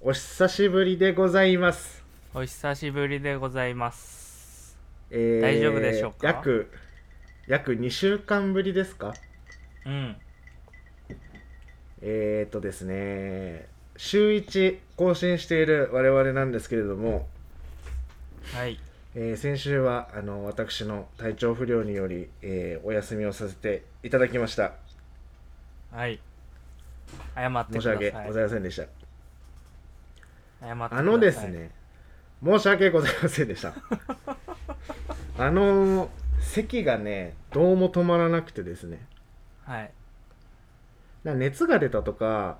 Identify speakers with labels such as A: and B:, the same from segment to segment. A: お久しぶりでございます。
B: お久しぶりでございます。
A: えー
B: 大丈夫でしょうか
A: 約、約2週間ぶりですか
B: うん。
A: えー、とですね、週1更新している我々なんですけれども、
B: はい。
A: えー先週はあの私の体調不良により、えーお休みをさせていただきました。
B: はい。謝って
A: 申
B: く
A: し
B: ださい。
A: 訳ございませんでした。
B: 謝って
A: あのですね、。申し訳ございませんで した。あの咳がね、どうも止まらなくてですね、
B: はい。
A: な熱が出たとか、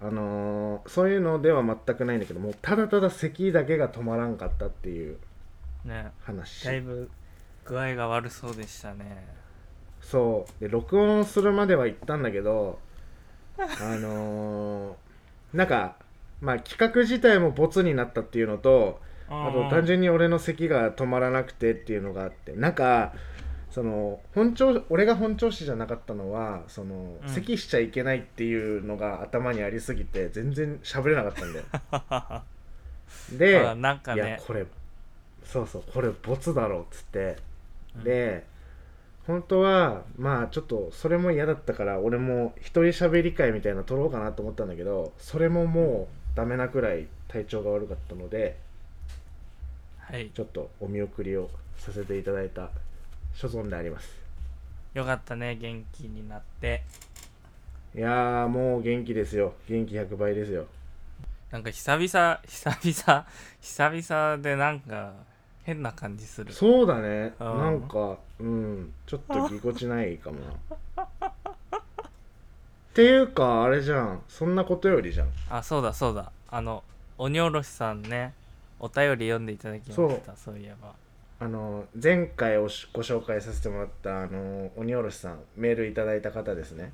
A: あのーそういうのでは全くないんだけど、もうただただ咳だけが止まらんかったっていう
B: ね、
A: 話
B: だ。いぶ具合が悪そうでしたね。
A: そう。で、録音するまでは行ったんだけど、あのーなんか、まあ企画自体もボツになったっていうのと、あと単純に俺の咳が止まらなくてっていうのがあってなんかその本調俺が本調子じゃなかったのはその、
B: うん
A: 咳しちゃいけないっていうのが頭にありすぎて全然喋れなかったんだよ で、
B: あなんか
A: いや
B: ね、
A: これそうそうこれボツだろうっつって、
B: うん、
A: で本当はまあちょっとそれも嫌だったから俺も一人喋り会みたいなの撮ろうかなと思ったんだけどそれももうダメなくらい体調が悪かったので。
B: はい。
A: ちょっとお見送りをさせていただいた所存であります
B: よかったね、元気になって。
A: いやーもう元気ですよ元気100倍ですよ
B: なんか久々、久々、久々でなんか変な感じする。
A: そうだね
B: あー
A: なんかうんちょっとぎこちないかもなっていうかあれじゃんそんなことよりじゃん
B: あ、そうだそうだ。あの、鬼おろしさんね、お便り読んでいただきました、そういえば。
A: あの前回おしご紹介させてもらったあの鬼おろしさんメールいただいた方ですね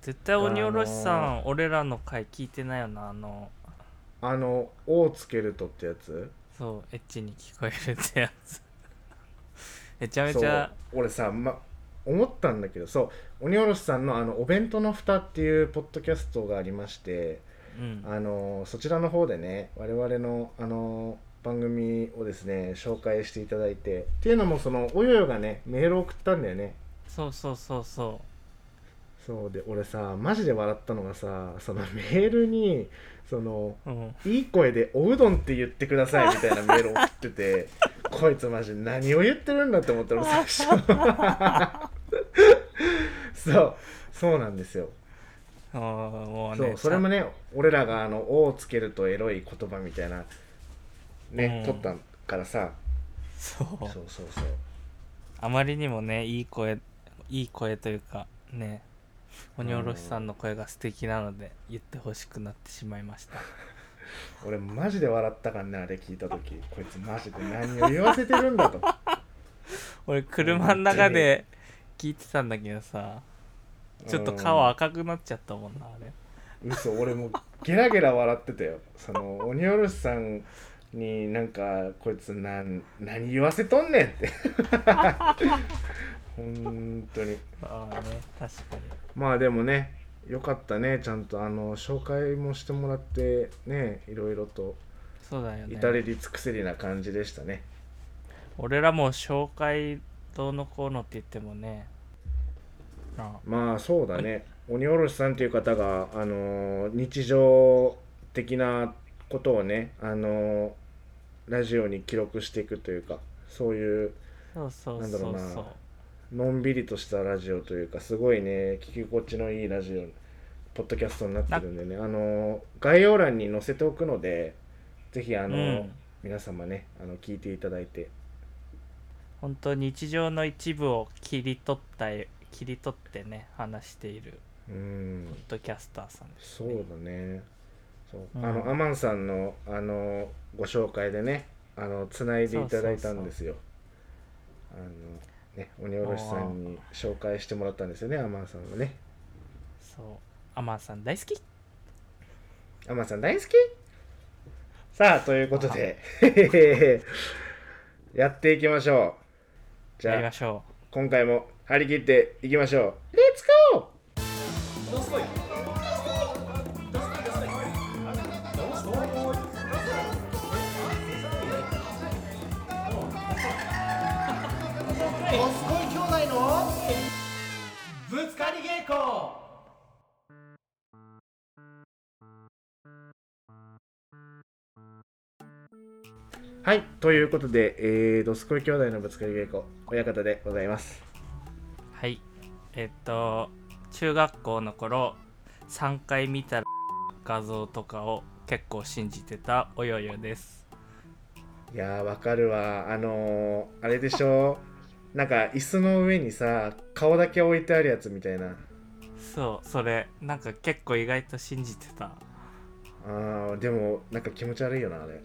B: 絶対鬼おろしさん、
A: あ
B: 俺らの回聞いてないよなあの
A: あの「お」をつけるとってやつ
B: そうエッチに聞こえるってやつ めちゃめ
A: そ
B: ち
A: う
B: ゃ
A: 俺さ、ま、思ったんだけどそう鬼おろしさんのあの「お弁当の蓋」っていうポッドキャストがありまして、
B: うん
A: あのそちらの方でね我々のあの番組をですね紹介していただいてっていうのもそのおよよがねメールを送ったんだよね
B: そうそうそうそ
A: そうで俺さマジで笑ったのがさそのメールにその
B: ううん
A: いい声で「おうどんって言ってください」みたいなメールを送っててこいつマジ何を言ってるんだって思った俺最初そうそうなんですよ、
B: あーもう
A: そ
B: ね
A: うそれもね俺らがあの「お」をつけるとエロい言葉みたいなね、
B: うん
A: 取ったからさ
B: そう
A: そうそうそう
B: あまりにもねいい声いい声というかね鬼おろしさんの声が素敵なので言ってほしくなってしまいました
A: 俺マジで笑ったからねあれ聞いた時こいつマジで何を言わせてるんだと
B: 俺車の中で聞いてたんだけどさ ちょっと顔赤くなっちゃったもんなあれ
A: 嘘俺もうゲラゲラ笑ってたよその鬼おろしさんになんかこいつなん何言わせとんねんって 本当に
B: ああね確かに
A: まあでもねよかったねちゃんとあの紹介もしてもらってねいろいろと
B: そうだよね
A: 至れり尽くせりな感じでしたね
B: 俺らも紹介どうのこうのって言ってもねあ
A: まあそうだね鬼おろしさんという方が、あのー日常的なことをね、あのーラジオに記録していくというかそういう
B: そうそう
A: なん
B: そ
A: だ
B: う
A: ろうな
B: そう
A: のんびりとしたラジオというかすごいね聞き心地のいいラジオポッドキャストになってるんでねあの概要欄に載せておくのでぜひあの、
B: うん
A: 皆様ねあの聞いていただいて
B: 本当日常の一部を切り取った切り取ってね話している
A: うん
B: ポッドキャスターさんです、
A: そ
B: ね、
A: うだねそう、
B: うん
A: あのアマンさんのあのご紹介でねあのつないでいただいたんですよあのね鬼おろしさんに紹介してもらったんですよねアマンさんがね
B: そうアマンさん大好き
A: アマンさん大好きさあということ でへへへやっていきましょうじ
B: やり
A: ゃ
B: ま
A: あ
B: しょ
A: 今回も張り切っていきましょうレッツゴーすごい兄弟のぶつかり稽古はいということで、えー、どすこい兄弟のぶつかり稽古親方でございます
B: はいえっと中学校の頃3回見た画像とかを結構信じてたおよよです
A: いやーわかるわあのー、あれでしょ なんか椅子の上にさ顔だけ置いてあるやつみたいな
B: そうそれなんか結構意外と信じてた
A: あーでもなんか気持ち悪いよなあれ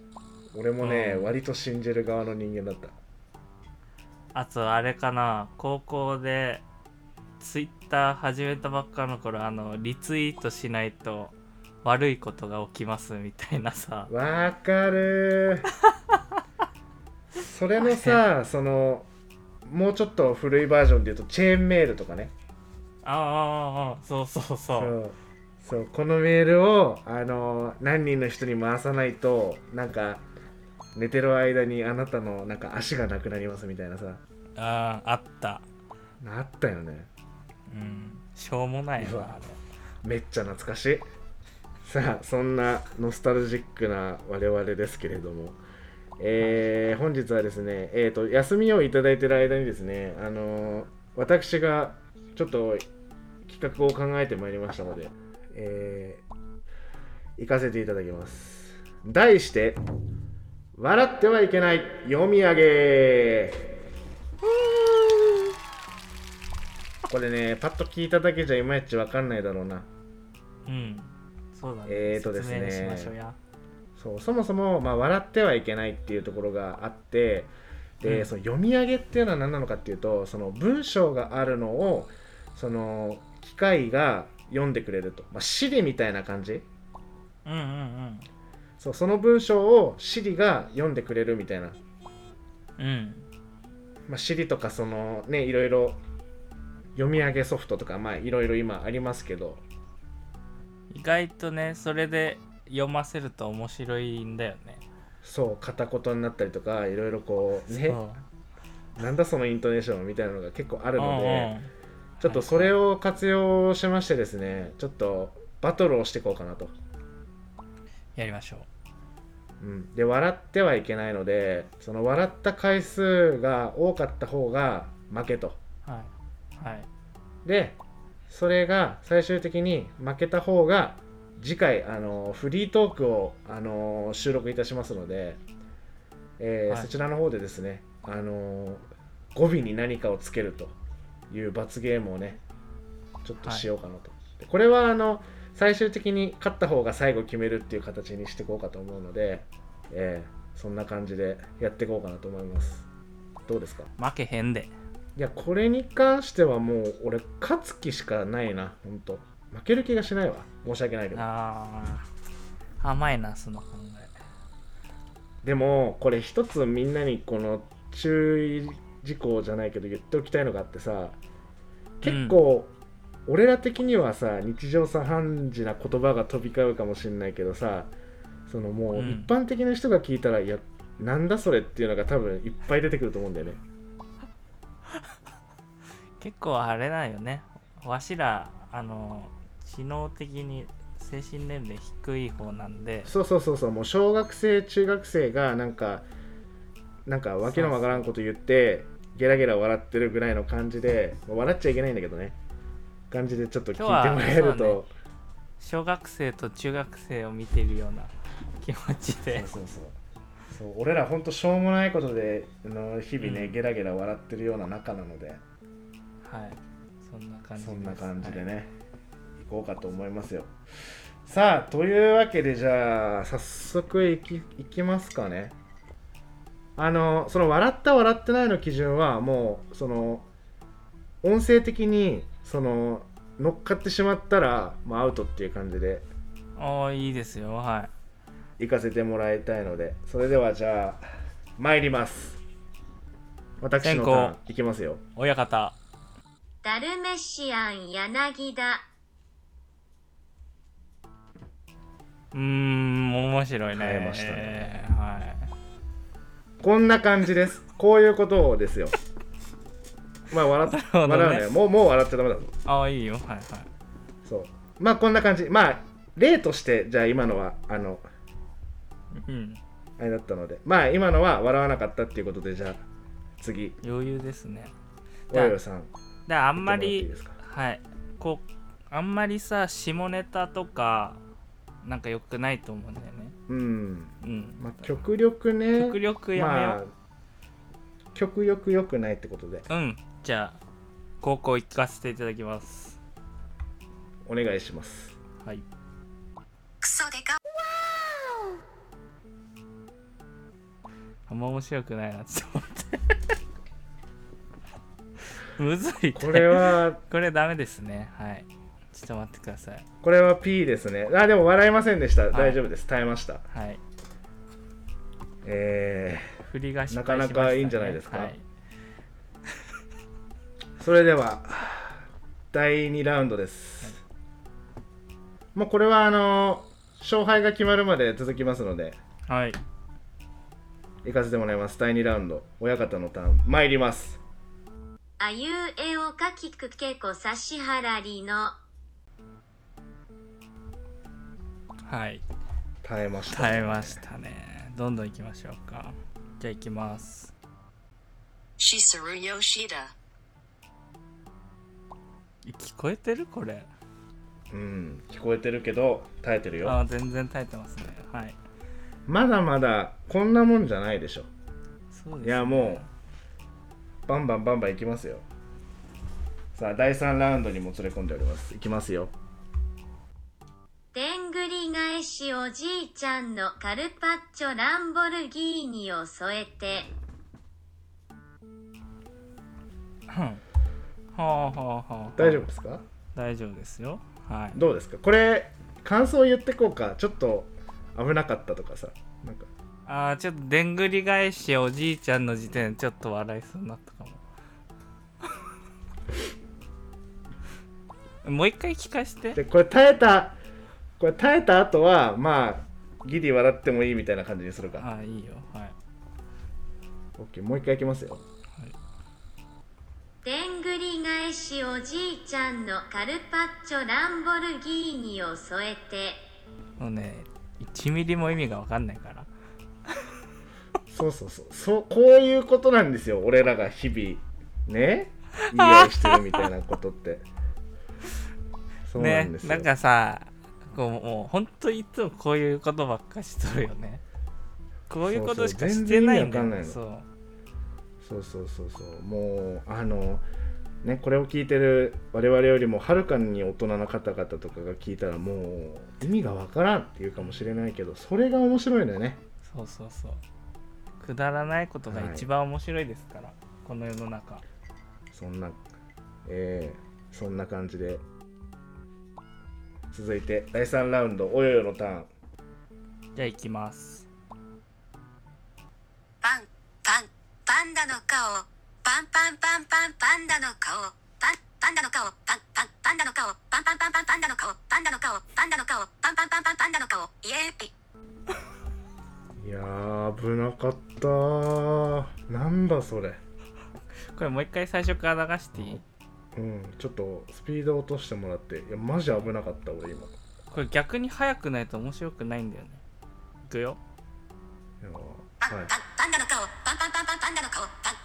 A: 俺もね
B: うん
A: 割と信じる側の人間だった
B: あとあれかな高校でツイッター始めたばっかの頃あのリツイートしないと悪いことが起きますみたいなさ
A: わかるー それのさそのもうちょっと古いバージョンで言うとチェーンメールとかね
B: ああああそうそうそ
A: そううそうこのメールをあの何人の人に回さないとなんか寝てる間にあなたのなんか足がなくなりますみたいなさ
B: あああった
A: あったよね
B: うんしょうもないうな
A: わ
B: あれ
A: めっちゃ懐かしいさあそんなノスタルジックな我々ですけれどもえー本日はですねえーと休みをいただいてる間にですねあのー私がちょっと企画を考えてまいりましたのでえー行かせていただきます題して「笑ってはいけない読み上げ」これねパッと聞いただけじゃいまいちわかんないだろうな
B: うんそうだね
A: えーとですね
B: 説明しましょうや
A: そうそもそも、まあ、笑ってはいけないっていうところがあってで、
B: うん
A: その読み上げっていうのは何なのかっていうとその文章があるのをその機械が読んでくれると、まあ、Siri みたいな感じ
B: うんうんうん
A: そうその文章を Siri が読んでくれるみたいな、
B: うん
A: まあ、Siri とかそのねいろいろ読み上げソフトとかまあいろいろ今ありますけど
B: 意外とねそれで読ませると面白いんだよね
A: そう片言になったりとかいろいろこうね
B: そう
A: なんだそのイントネーションみたいなのが結構あるので。
B: うんうん
A: ちょっとそれを活用しましてですね、ちょっとバトルをしていこうかなと。
B: やりましょう
A: うん、で、笑ってはいけないので、その笑った回数が多かった方が負けと。
B: はいはい
A: で、それが最終的に負けた方が次回、あのフリートークを、あの収録いたしますので、えー
B: はい
A: そちらの方でですね、あの語尾に何かをつけるという罰ゲームをね、ちょっとしようかなと。でこれはあの最終的に勝った方が最後決めるっていう形にしていこうかと思うので、えーそんな感じでやっていこうかなと思います。どうですか
B: 負けへんで
A: いやこれに関してはもう俺勝つ気しかないなほんと負ける気がしないわ申し訳ないけど
B: ああ甘いなその考
A: でもこれ一つみんなにこの注意事項じゃないけど言っておきたいのがあってさ結構、俺ら的にはさ日常茶飯事な言葉が飛び交うかもしれないけどさそのもう
B: うん
A: 一般的な人が聞いたら、いやなんだそれっていうのが多分いっぱい出てくると思うんだよね
B: え結構あれなんよねわしらあの知能的に精神年齢低い方なんで
A: そうそうそうそうもう小学生中学生がなんかなんかわけのわからんこと言ってゲラゲラ笑ってるぐらいの感じでもう笑っちゃいけないんだけどね感じでちょっと聞いてもらえる
B: 今日は
A: と
B: 小学生と中学生を見てるような気持ち
A: そう,、
B: で
A: そうそうそう俺らほんとしょうもないことであの日々ね、
B: うん
A: ゲラゲラ笑ってるような仲なので
B: はいそんな感じです
A: そんな感じで
B: はい
A: ね、行こうかと思いますよさあというわけでじゃあ早速いきいきますかねあのその笑った笑ってないの基準はもうその音声的にその乗っかってしまったら、まあ、アウトっていう感じで
B: おーいいですよはい
A: 行かせてもらいたいのでそれではじゃあ参ります私のターン
B: 先
A: いきますよ
B: 親方
C: ダルメシアン柳田
B: うーん面白いね
A: 変えましたね
B: はい
A: こんな感じですこういうことをですよまあ笑っ
B: なるほどね
A: 笑うねもうもう笑っちゃダメだぞ
B: ああいいよはいはい
A: そうまあこんな感じまあ例としてじゃあ今のはあの
B: うん
A: あれだったのでまあ今のは笑わなかったっていうことでじゃあ次
B: 余裕ですね
A: およよさん
B: であんま
A: やってもらっていい
B: り
A: ですか
B: はいこうあんまりさ下ネタとかなんか良くないと思うんだよね
A: うん
B: うん、
A: まあ極力ね
B: 極力やめよう、
A: あ、極力良くないってことで
B: うんじゃあ高校行かせていただきます
A: お願いし ます
B: はい
C: クソデカ
B: あんま面白くないなちょっと思って むずい
A: これ
B: は
A: は
B: これダメですねはいちょっと待ってください
A: これは P ですねあでも笑いませんでした、
B: い
A: 大丈夫です耐えました
B: はい
A: え
B: 振りが失
A: な
B: 敗し
A: か
B: ま
A: な
B: した、ね、
A: かいいんじゃないですか
B: はい、
A: ー、それでは第2ラウンドです、もうこれはあの勝敗が決まるまで続きますので
B: はい、
A: 行かせてもらいます第2ラウンド親方のターン参ります
C: あゆうえおかきくけこさしはらりの
B: はい
A: 耐えました
B: 耐えましたねどんどん行きましょうかじゃあ行きます
D: シスルヨシダ。
B: 聞こえてるこれ
A: うん聞こえてるけど耐えてるよ
B: あー全然耐えてますねはい
A: まだまだこんなもんじゃないでしょ
B: そうです、ね、
A: いやもうバンバンバンバンいきますよさあ第3ラウンドにもつれ込んでおりますいきますよ
C: でんぐり返しおじいちゃんのカルパッチョランボルギーニを添えて
B: うんほうほうほうほう
A: 大丈夫ですか
B: 大丈夫ですよはい
A: どうですかこれ感想言ってこうかちょっと危なかったとかさなんか
B: あーちょっとでんぐり返しおじいちゃんの時点でちょっと笑いそうになったか ももう一回聞かして
A: でこれ耐えたこれ耐えた後はまあギリ笑ってもいいみたいな感じにするか
B: あーいいよはい
A: OK もう一回いきますよ
C: でんぐり返しおじいちゃんのカルパッチョランボルギーニを添えて
B: もうね1ミリも意味が分かんないから
A: そうそうそうそうこういうことなんですよ俺らが日々ね言い合いしてるみたいなことってそうなんですよ、
B: ねなんかさこうもう本当いつもこういうことばっかしとるよねこういうことしかしてないんだよね
A: そう
B: そ
A: そうそうそうそうそうもうあのねこれを聞いてる我々よりもはるかに大人の方々とかが聞いたらもう意味がわからんっていうかもしれないけどそれが面白いんだよね
B: そうそうそうくだらないことが一番面白いですから、この世の中
A: そんなえーそんな感じで続いて第3ラウンドおよよのターン
B: じゃあ行きます
D: パン、パン、パンダの顔。パンパンパンパンパンダの顔。パン、パンダの顔。パン、パン、パンダの顔。パンパンパンパンパンダの顔。パンダの顔。パンダの顔。パンパンパンパンパンダの顔。イエーイ。
A: いやー危なかったーなんだそれ
B: これもう一回最初から流していい
A: うんちょっとスピード落としてもらっていやマジ危なかった俺今
B: これ逆に速くないと面白くないんだよねいくよ
A: いやー
D: パン
A: はい
D: パンパンダの顔。パンパンパンパンパンダの顔。パン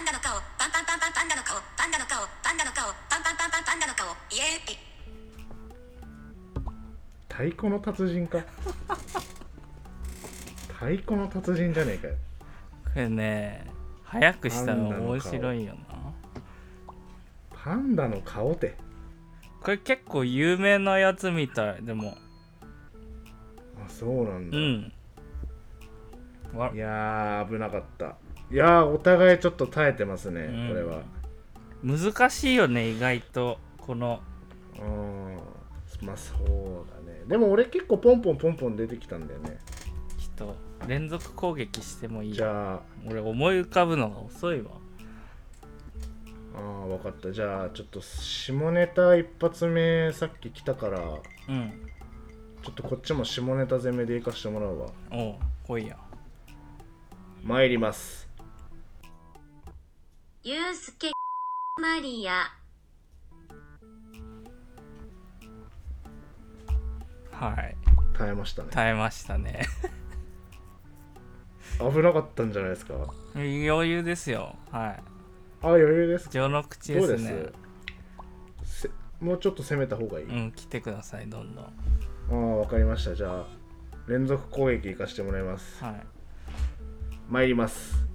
D: パンパンダの顔。パンパンパンパンパンダの顔。パンダの顔。パンダの顔。パンパンパンパンパンダの顔。イエーイ。
A: 太鼓の達人か太鼓の達人じゃねえかよ
B: これね速くしたら面白いよな
A: パンダの顔て
B: これ結構有名なやつみたいでも
A: あそうなんだ、
B: うんわ
A: いやー危なかったいやーお互いちょっと耐えてますね、
B: うん
A: これは
B: 難しいよね意外とこの
A: うんまあそうだねでも俺結構ポンポンポンポン出てきたんだよね
B: 人連続攻撃してもいい
A: じゃあ
B: 俺思い浮かぶのが遅いわ
A: あー分かったじゃあちょっと下ネタ一発目さっき来たから
B: うん
A: ちょっとこっちも下ネタ攻めでいかしてもらうわ
B: おう来いや
A: 参ります
C: ゆうすけマリア
B: はい
A: 耐えましたね
B: 耐えましたね
A: 危なかったんじゃないですか
B: 余裕ですよは
A: あ余裕です
B: い
A: か
B: 序の口で
A: どう
B: す
A: で
B: ね
A: すせもうちょっと攻めた方がいい、
B: うん来てくださいどんどん
A: ああ分かりましたじゃあ連続攻撃いかしてもらいます
B: はい
A: 参ります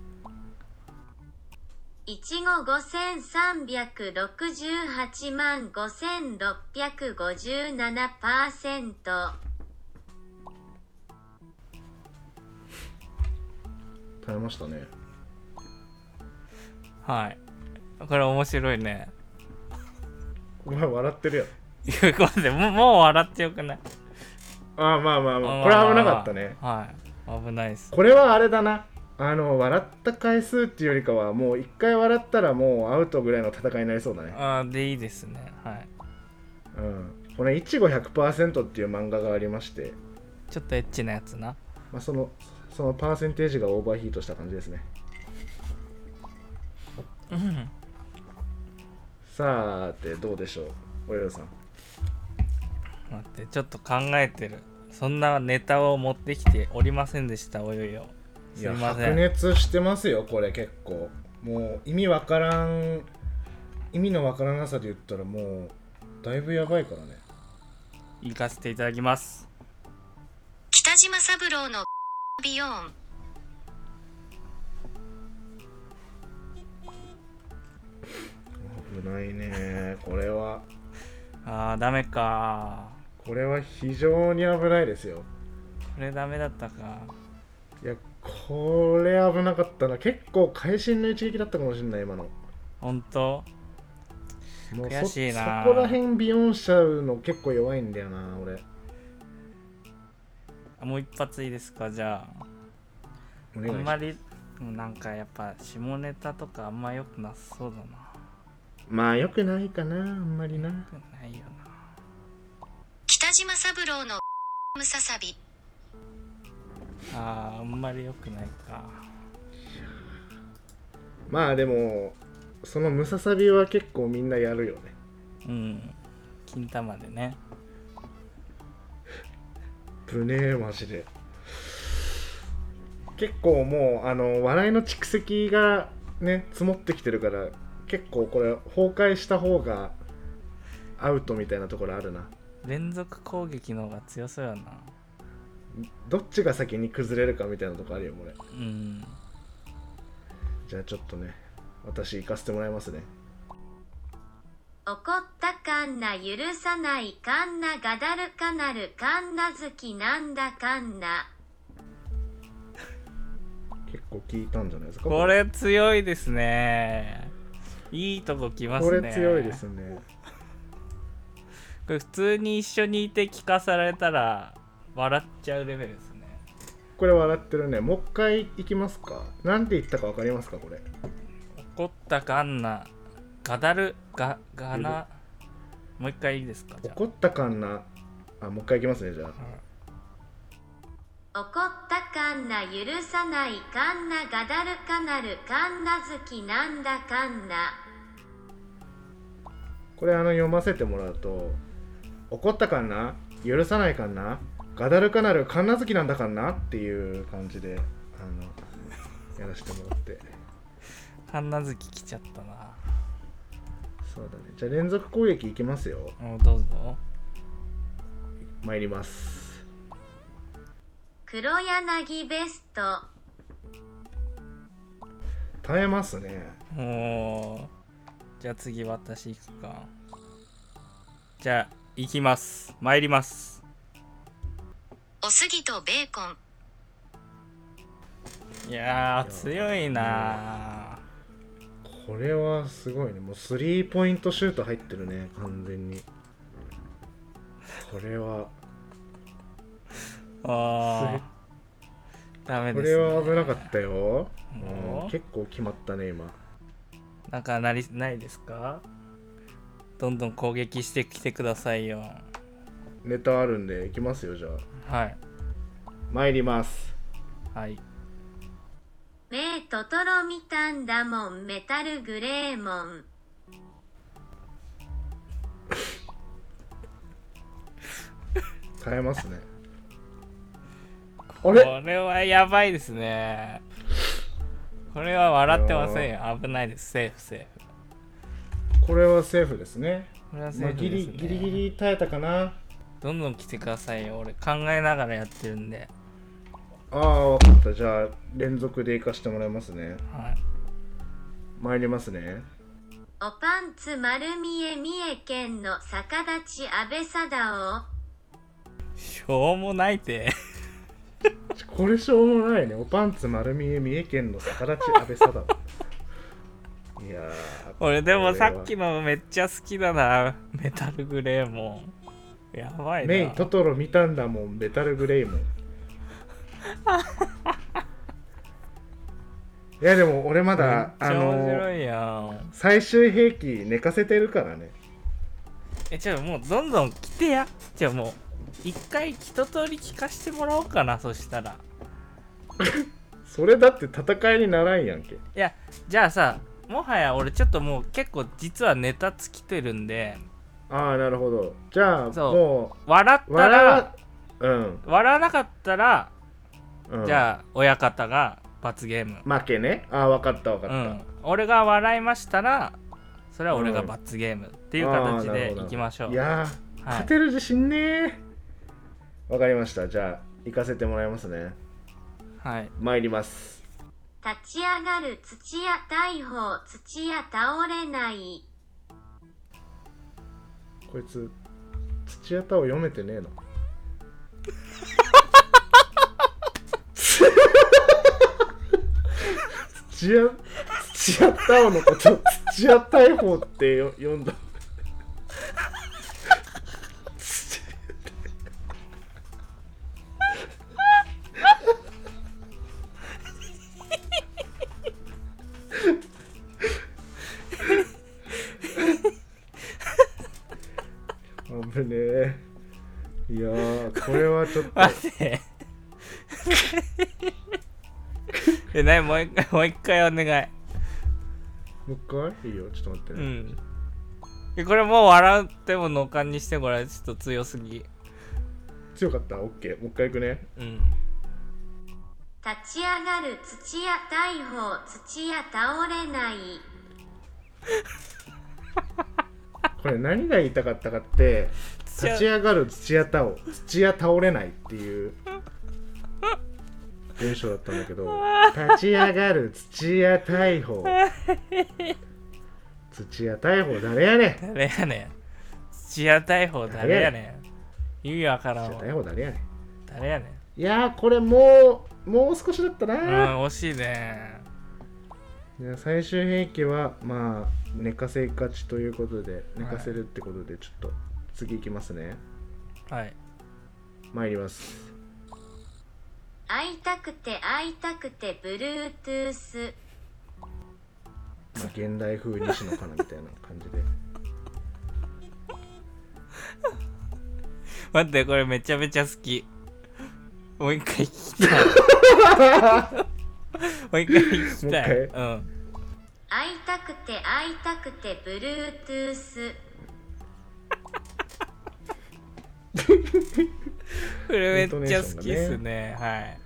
C: いちご5368万5657%
A: 耐えましたね
B: はいこれ面白いね
A: お前笑ってるやん
B: いうことでもうもう笑ってよくない
A: ああまあまあまあこれは危なかったね
B: はい危ないです
A: これはあれだなあの笑った回数っていうよりかはもう一回笑ったらもうアウトぐらいの戦いになりそうだね
B: あーでいいですねはい
A: うんこれ「いちご100%」っていう漫画がありまして、
B: ちょっとエッチなやつな
A: まあ、そのそのパーセンテージがオーバーヒートした感じですね
B: うん
A: さあてどうでしょうおよよさん
B: 待ってちょっと考えてるそんなネタを持ってきておりませんでしたおよよすい
A: や
B: ませ
A: 白
B: ん
A: 熱してますよこれ結構もう意味わからん意味のわからなさで言ったらもうだいぶやばいからね
B: 行かせていただきます
D: 北島三郎のビヨーン
A: 危ないねこれは
B: あーダメか
A: これは非常に危ないですよ
B: これダメだったか
A: いやこれ危なかったな結構会心の一撃だったかもしれない今の
B: 本当
A: もう
B: 悔しいな
A: そそこら辺ビヨンしちゃうの結構弱いんだよな俺
B: あもう一発いいですかじゃあ
A: お
B: あ
A: 願い
B: ん
A: し
B: ま
A: ま
B: りうんなんかやっぱ下ネタとかあんま良くなさそうだな
A: まあよくないかなあんまりな
B: 良くないよな
D: 北島三郎のムササビ
B: あーあんまり良くないか
A: まあでもそのムササビは結構みんなやるよね
B: うん金玉でね
A: ぶねえマジで結構もうあの笑いの蓄積がね積もってきてるから結構これ崩壊した方がアウトみたいなところあるな
B: 連続攻撃の方が強そうやな
A: どっちが先に崩れるかみたいなとこあるよこれ
B: うん
A: じゃあちょっとね私行かせてもらいますね
C: 怒ったかんな許さないかんながだるかなるかんな好きなんだかんな
A: 結構聞いたんじゃないですか
B: これ強いですねいいとこ来ますね
A: これ強いですね
B: これ普通に一緒にいて聞かされたら笑っちゃうレベルですね
A: これ笑ってるねもう一回行きますかなんて言ったか分かりますかこれ
B: 怒ったかんなガダルガガナもう一回いいですかじゃあ
A: 怒ったかんなあもう一回行きますねじゃあ
C: 怒ったかんな許さないかんながだるかなるかんな好きなんだかんな
A: これあの読ませてもらうと怒ったかんな許さないかんなガダルかなるかんな好きなんだかんなっていう感じであのやらせてもらって
B: カンナズキ来ちゃったな
A: そうだねじゃあ連続攻撃いきますよ
B: もうどうぞ
A: 参ります
C: 黒柳ベスト
A: 耐えますね
B: もうじゃあ次私行くかじゃあ行きます参ります
D: おすぎとベーコン
B: いやー強いな
A: これはすごいねもうスリーポイントシュート入ってるね完全にこれは
B: ーあーダメ
A: こ
B: です、
A: れ
B: ね、
A: は危なかったよ、
B: もう
A: うん結構決まったね今
B: なんかなりないですかどんどん攻撃してきてくださいよ
A: ネタあるんでいきますよじゃあ
B: はい
A: 参ります
B: はい
C: 目トトロ見たんだもんメタルグレーモン
A: 耐えますねあ
B: こ
A: れ
B: れはやばいですねこれは笑ってませんよ危ないですセーフセーフ
A: これはセーフですね
B: これはセ
A: まあ、
B: ーフ
A: ギ
B: で
A: リ
B: すね、
A: ギリギリ耐えたかな
B: どんどん来てくださいよ俺考えながらやってるんで
A: ああ分かったじゃあ連続でいかしてもらいますね
B: はい
A: 参りますね
C: おパンツ丸見え三重県の逆立ち安倍貞
B: しょうもないて
A: これしょうもないねおパンツ丸見え三重県の逆立ち安倍貞 いやー
B: 俺でもさっき
A: こ
B: のめっちゃ好きだなメタルグレーもやば
A: れは
B: いな
A: メイトトロ見たんだもんメタルグ レイもいやでも俺まだ
B: め
A: あ
B: っちゃ面
A: の
B: 白いやん
A: 最終兵器寝かせてるからね
B: えちょもうどんどん来てやじゃあもう一回一通り聞かしてもらおうかなそしたら
A: それだって戦いにならんやんけ
B: いやじゃあさもはや俺ちょっともう結構実はネタ尽きてるんで
A: ああなるほどじゃあ
B: そう
A: も
B: 笑っ
A: う
B: た
A: 笑わ
B: ら
A: うん、
B: 笑わなかったら、
A: うん、
B: じゃあ親方が罰ゲーム
A: 負けねああ分かった分か
B: う
A: った、
B: ん俺が笑いましたらそれは俺が罰ゲームっていう形
A: あーなる
B: で
A: ほど
B: いきましょう
A: いやー、
B: はい
A: 勝てる自信ねーわかりましたじゃあ行かせてもらいますね
B: はい
A: 参ります
C: 夫立ち上がる土屋大砲土屋倒れない
A: こいつ土屋太を読めてねえな土屋土屋太鳳のこと土屋大砲ってよ読んだ危ねえいやーこれはちょっと
B: 待ってえなにもう一回 もう一回お願い
A: もう一回いいよちょっと待って
B: う
A: ね、
B: んえこれもう笑っても脳幹にしてこれちょっと強すぎ
A: 強かったオッケーもう一回いくね
B: うん
C: 立ち上がる土屋大砲土屋倒れない
A: これ何が言いたかったかって
B: 土屋
A: 立ち上がる土屋太を土屋倒れないっていう文章だったんだけど立ち上がる土屋大砲土屋大砲誰やねん
B: 誰やねん土屋大砲誰やねん意味わからん
A: 土
B: わ
A: 屋大砲誰やね
B: 誰やね
A: んいやーこれもうもう少しだった
B: んうん
A: な、
B: 惜しいね
A: いや最終兵器はまあ寝かせ勝ちということで寝かせるってことでちょっと次いきますね
B: はい
A: 参ります
C: 会いたくて会いたくて Bluetooth
A: まあ、現代風西野カナみたいな感じで
B: 待ってこれめちゃめちゃ好きもう一回聞きた いもう一回聞きたい
A: もう一
B: うん
C: 会いたくて会いたくて Bluetooth
B: これめっちゃ好き
A: イントネー
B: で
A: ショ
B: す
A: ン
B: ねはい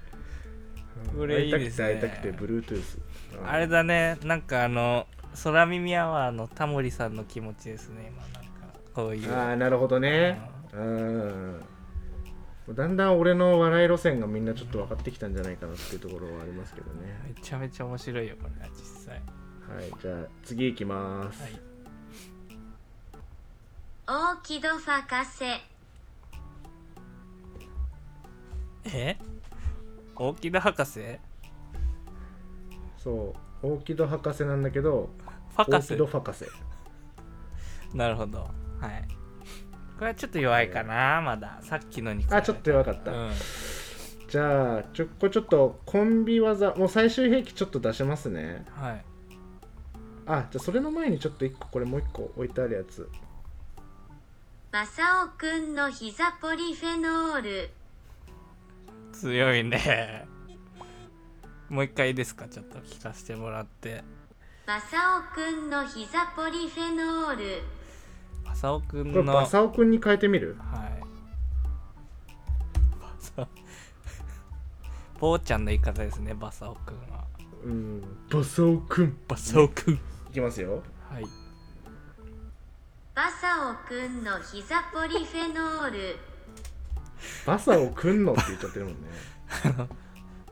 B: これ
A: 会
B: い
A: い
B: い
A: たく
B: です
A: て
B: ね
A: 会いたくて Bluetooth うん
B: あれだねなんかあの空耳アワーのタモリさんの気持ちですね今なんかこういう
A: ああなるほどねうんだんだん俺の笑い路線がみんなちょっと分かってきたんじゃないかなっていうところはありますけどね
B: めちゃめちゃ面白いよこれは実際
A: はいじゃあ次行きます、
B: はい
C: オーキドファカセ
B: え大木田博士
A: そうオーキド博士なんだけど
B: ファカ
A: オー
B: ス
A: キド博士
B: なるほどはいこれはちょっと弱いかなまださっきのに比べ
A: あちょっと弱かった、
B: うん
A: じゃあちょこれちょっとコンビ技もう最終兵器ちょっと出しますね
B: はい
A: あじゃあそれの前にちょっと1個これもう1個置いてあるやつ
C: マサオくんの膝ポリフェノール
B: 強いねもう一回いいですかちょっと聞かせてもらって
C: マサオくんの膝ポリフェノール
B: 浅尾くん
A: これ
B: の
A: バサオくんに変えてみる
B: はいそう坊ちゃんの言い方ですねバサオくんは
A: うんバサオくん
B: バサオくん
A: いきますよ
B: はい
C: バサオくんの膝ポリフェノール
A: バサオくんのって言っちゃってるもんね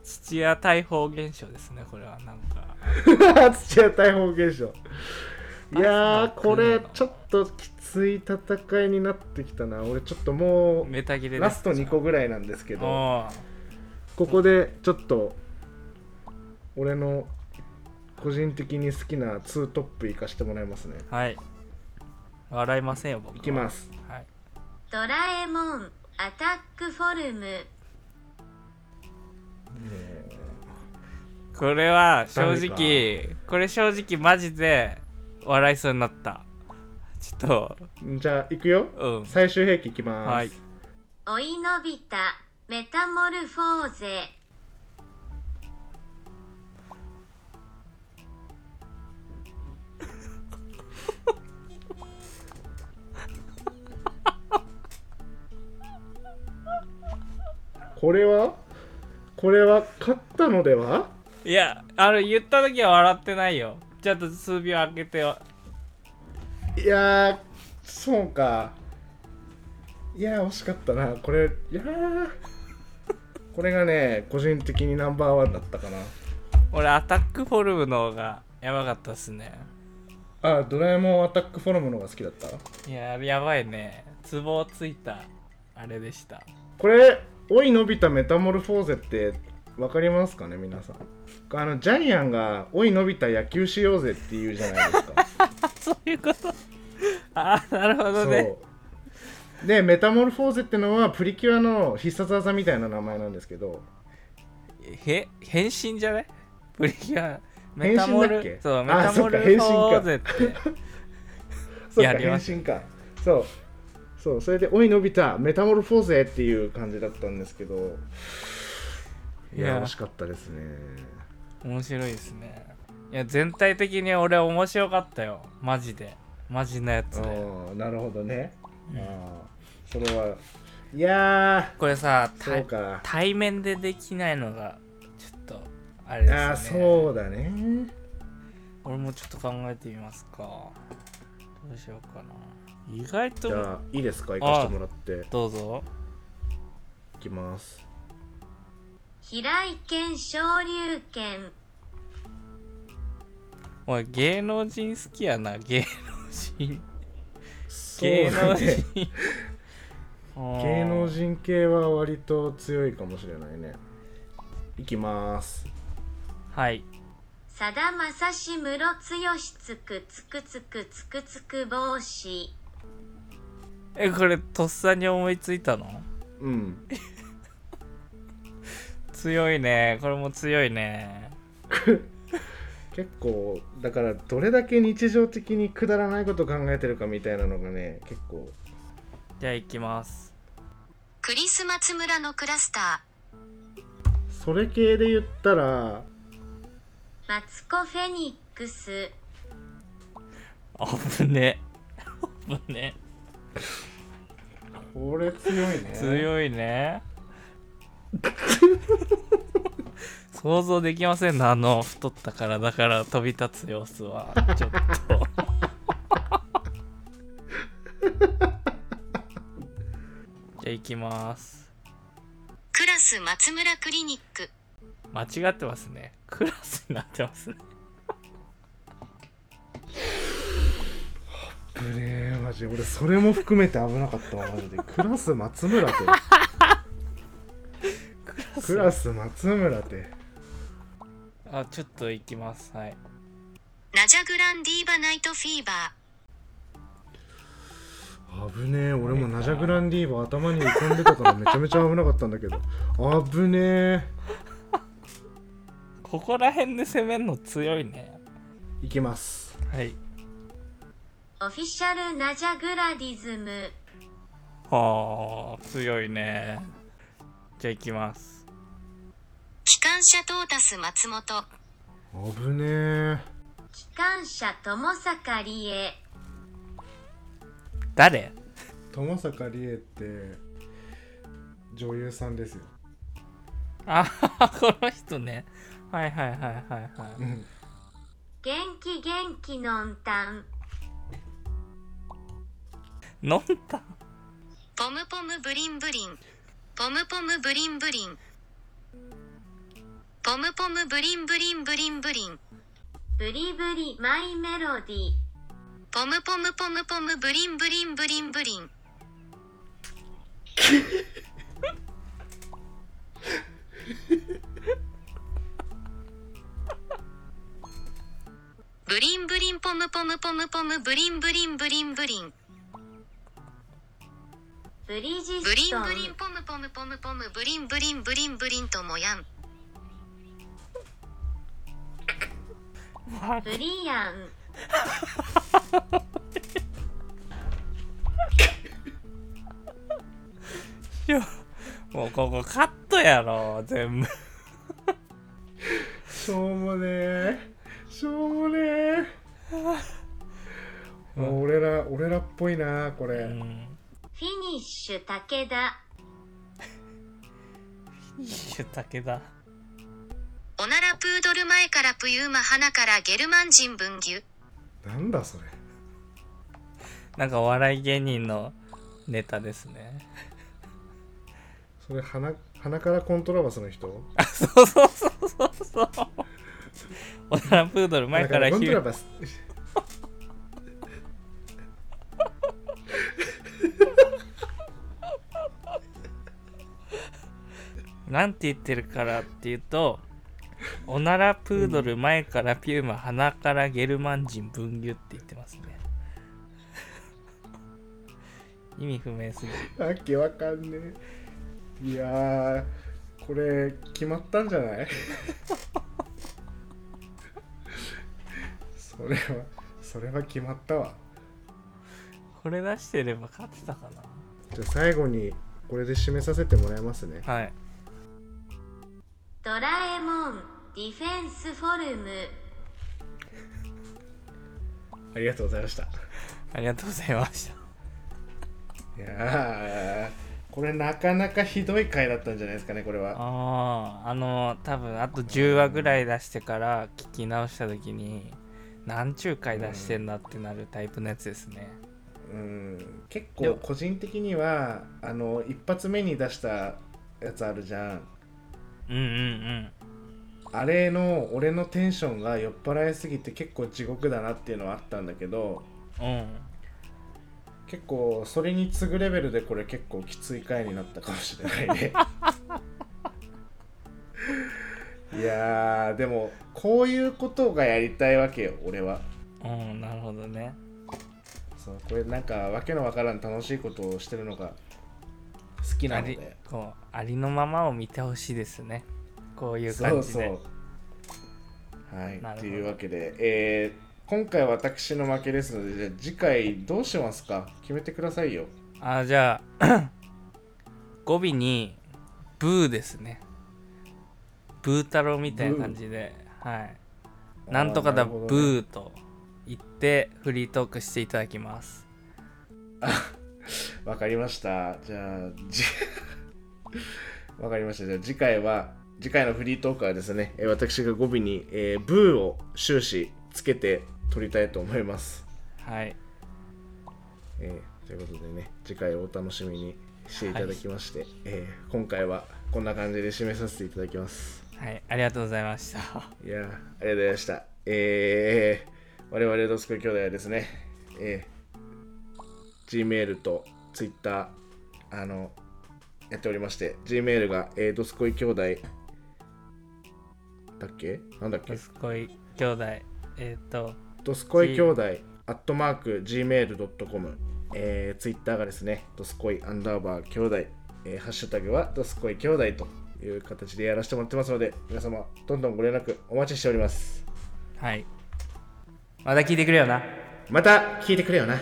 B: 土屋大砲現象ですねこれはなんか
A: 土 屋大砲現象いやー
B: バサオ
A: こ
B: くんの
A: れちょっときつい戦いになってきたな俺ちょっとも
B: メタ切
A: う
B: れ
A: ラスト2個ぐらいなんですけ
B: け
A: どここでちょっと俺の個人的に好きな2トップいかしてもらいますね
B: はい笑いませんよ僕はい
A: きます
B: はい
C: ドラえもんアタックフォルム
B: これは正直これ正直マジで笑いそうになったちょっ
A: じゃあいくよ
B: とうん
A: 最終兵器いきます、
B: はい
C: 追い伸びたメタモルフォーゼ
A: これはこれは勝ったのではい
B: やあの言った時は笑ってないよちょっと数秒開けてよ
A: いやーそうかいやー惜しかったなこれいやーこれがね個人的にナンバーワンだったかな
B: 俺アタックフォルムの方がやばかったっすね
A: あドラえもんアタックフォルムの方が好きだった
B: いややばいねツボをついたあれでした
A: これ「おいのび太メタモルフォーゼ」って分かりますかね皆さんあのジャイアンが「おいのび太野球しようぜ」って言うじゃないですか
B: そういうことああなるほどね
A: そうでメタモルフォーゼってのはプリキュアの必殺技みたいな名前なんですけど
B: へ変身じゃないプリキュア
A: 変
B: メ
A: 身
B: タモ
A: だ
B: ル
A: っけ
B: そうメ
A: あ
B: タモル
A: そ
B: フ
A: っか
B: ォーゼって
A: そう
B: や
A: か
B: り
A: 変
B: まし
A: 身かそうそうそれで「おいのび太メタモルフォーゼ」っていう感じだったんですけどい
B: い
A: や
B: や
A: 惜しかったですね
B: 面白いですねいや全体的に俺面白かったよマジでマジなやつ
A: あ
B: で
A: あなるほどね、あーそれはいや
B: これさ
A: ー
B: た
A: そうか
B: 対面でできないのがちょっとあれですね
A: ああそうだね
B: 俺もちょっと考えてみますかどうしようかな意外
A: じ
B: と
A: ゃあいいですか行かせてもらって
B: どうぞ
A: いきます
C: 平井堅昇竜拳
B: おい芸能人好きやな芸能人
A: そう
B: 芸能
A: だ
B: 人
A: ね芸
B: 芸
A: 能人系は割と強いかもしれないねいきます
B: はい
C: さだまさしむろつよしつくつくつくつくつく帽子
B: えこれとっさに思いついたの
A: うん
B: 強いねこれも強いね
A: 結構だからどれだけ日常的にくだらないことを考えてるかみたいなのがね結構
B: じゃあ行きます
D: クリスマス村のクラスタ
A: それ系で言ったら
C: マツコフェニックス
B: あぶ ねあぶね
A: これ強いね
B: 強いね 想像できませんなあの太った体から飛び立つ様子はちょっと じゃあ行きます
D: ークラス松村クリニック
B: 間違ってますねクラスになってますね
A: 危ねえマジ俺それも含めて危なかったわマジでクラス松村って
B: クラ
A: クラス松村って
B: あちょっと行きますはい
D: ナジャグランディーバナイトフィーバー
A: 危ねえ俺もナジャグランディーバ頭に浮かんでたからめちゃめちゃ危なかったんだけど危ねえ
B: ここら辺で攻めるの強いね
A: いきます
B: はい
C: オフィシャルナジャグラディズム
B: はあ強いねじゃあ行きます
D: 機関車トータス松本
A: 危ねえ
C: 機関車友坂理恵
B: 誰
A: 友坂理恵って女優さんですよ
B: あ この人ねはいはいはいはいは
A: う
B: い
A: ん
C: 元気元気のんたん
B: 飲んだ
D: ポムポムブリンブリンポムポムブリンブリンポムポムブリンブリンブリンブリン
C: ブリブリマイメロディ
D: ポムポムポムポムブリンブリンブリンブリンブリンブリンポムポムポムポムブリンブリンブリンブリン
C: ブリヂ
D: ブリ
C: ス
D: ン
C: トン
D: ブリンポムポムポムポムブリンブリンブリンブリンともやん
B: わ
C: ブリアン
B: いやもうここカットやろ全部
A: しょうもねえしょうもね えもう俺ら俺らっぽいなこれ、
B: うん
C: フィニッシュ武田
B: いいよ武田
D: おならプードル前からプユーマ花からゲルマン人分牛
A: なんだそれ
B: なんかお笑い芸人のネタですね
A: それ鼻鼻からコントラバスの人
B: あそうそうそうそうそうおならプードル前から
A: 鼻コン
B: ひ
A: トラ
B: ゅ
A: バス
B: なんて言ってるからっていうとおならプードル前からピューマ鼻からゲルマン人分牛って言ってますね 意味不明すぎる
A: わけわかんねえいやーこれ決まったんじゃ ないそれはそれは決まったわ
B: これ出してれば勝ってたか
A: じゃあ最後にこれで締めさせてもらいますね
B: なはい
C: ドラえもんディフェンスフォルム
A: ありがとうございました
B: ありがとうございました
A: いやーこれなかなかひどい回だったんじゃないですかねこれは
B: あああの多分あと10話ぐらい出してから聞き直した時に何十回出してんだってなるタイプのやつですね、
A: うん結
B: で
A: 構
B: も
A: 個人的にはあの一発目に出したやつあるじゃん
B: うん、うんうん
A: あれの俺のテンションが酔っ払いすぎて結構地獄だなっていうのはあったんだけど
B: うん
A: 結構それに次ぐレベルでこれ結構きつい回になったかもしれない ねいやーでもこういうことがやりたいわけよ俺は
B: うんうんなるほどね
A: そうこれなんかわけのわからん楽しいことをしてるのが好きな
B: あ
A: の
B: り
A: で
B: こうありのままを見てほしいですねこういう
A: そ
B: 感
A: う
B: じ
A: そ
B: で
A: うはい
B: なるほど
A: というわけで、えー今回私の負けですのでじゃあ次回どうしますか決めてくださいよ
B: あじゃあ 語尾に「ブー」ですねブー太郎みたいな感じではいなんとかだ
A: あーなるほどね
B: ブーと言ってフリートークしていただきます。
A: わかりましたじゃあじ わかりましたじゃあ次回は次回のフリートークはですねえー私が語尾に、えーブーを終始つけて撮りたいと思います、
B: はい。
A: えーということでね次回をお楽しみにしていただきまして、えー今回はこんな感じで締めさせていただきます
B: はい。ありがとうございました。
A: いやーありがとうございました。えー、我々ドスコイ兄弟はですね、えー、Gmail と Twitter、あの、やっておりまして、Gmail が、えー、ドスコイ兄弟、だっけなんだっけ
B: すごい兄弟。えっ、と、
A: ドスコイ兄弟、アットマーク、gmail.com、えー、Twitter がですね、ドスコイアンダーバー兄弟、えーハッシュタグはドスコイ兄弟という形でやらせてもらってますので、皆様、どんどんご連絡お待ちしております。
B: はい。また聞いてくれよな。
A: また聞いてくれよな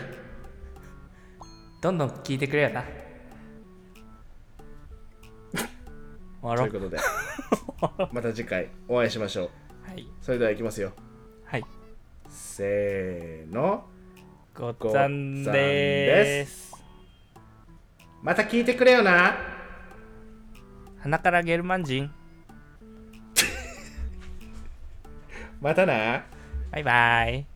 B: どんどん聞いてくれよな。
A: という
B: 終わろ
A: こと
B: う。
A: で また次回お会いしましょう
B: はい。
A: それではいきますよ
B: はい。
A: せーの
B: ごっつぁんでーす。
A: また聞いてくれよな
B: 鼻からゲルマン人。
A: またな
B: バイバイ